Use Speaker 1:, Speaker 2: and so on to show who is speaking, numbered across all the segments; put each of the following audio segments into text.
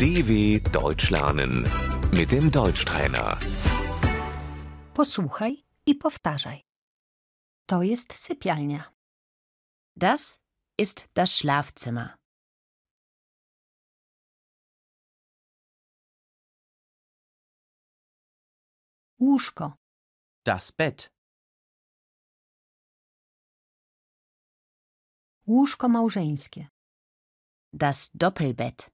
Speaker 1: DW Deutsch lernen mit dem Deutschtrainer.
Speaker 2: Posłuchaj i powtarzaj. To jest sypialnia.
Speaker 3: Das ist das Schlafzimmer.
Speaker 2: Łóżko,
Speaker 4: Das Bett,
Speaker 2: łóżko małżeńskie,
Speaker 3: Das Doppelbett.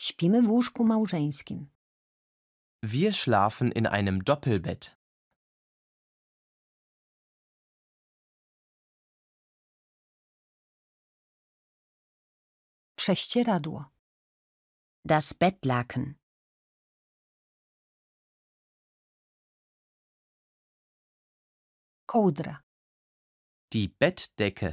Speaker 2: śpimy w łóżku małżeńskim,
Speaker 4: wir schlafen in einem Doppelbett.
Speaker 2: prześcieradło,
Speaker 3: Das Bettlaken.
Speaker 2: kołdra,
Speaker 4: Die Bettdecke,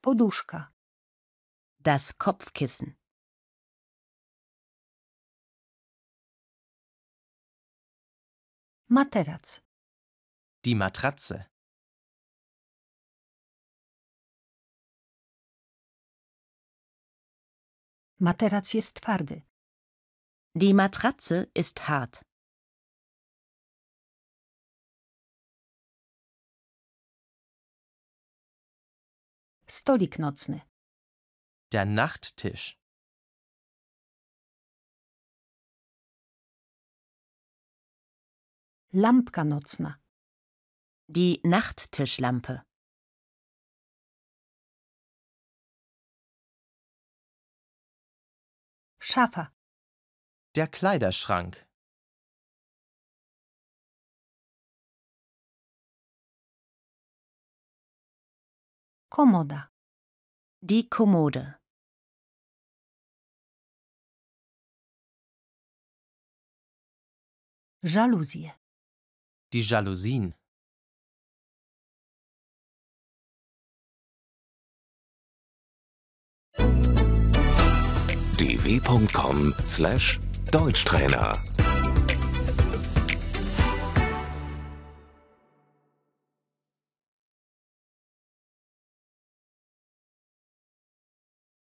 Speaker 2: poduszka,
Speaker 3: Das Kopfkissen.
Speaker 2: materac,
Speaker 4: die Matratze,
Speaker 2: materac jest twardy,
Speaker 3: Die Matratze ist hart.
Speaker 2: stolik nocny,
Speaker 4: der Nachttisch,
Speaker 2: lampka nocna,
Speaker 3: Die Nachttischlampe.
Speaker 2: szafa,
Speaker 4: der Kleiderschrank,
Speaker 2: komoda,
Speaker 3: Die Kommode.
Speaker 2: żaluzje,
Speaker 4: die Jalousien,
Speaker 1: dw.com/deutschtrainer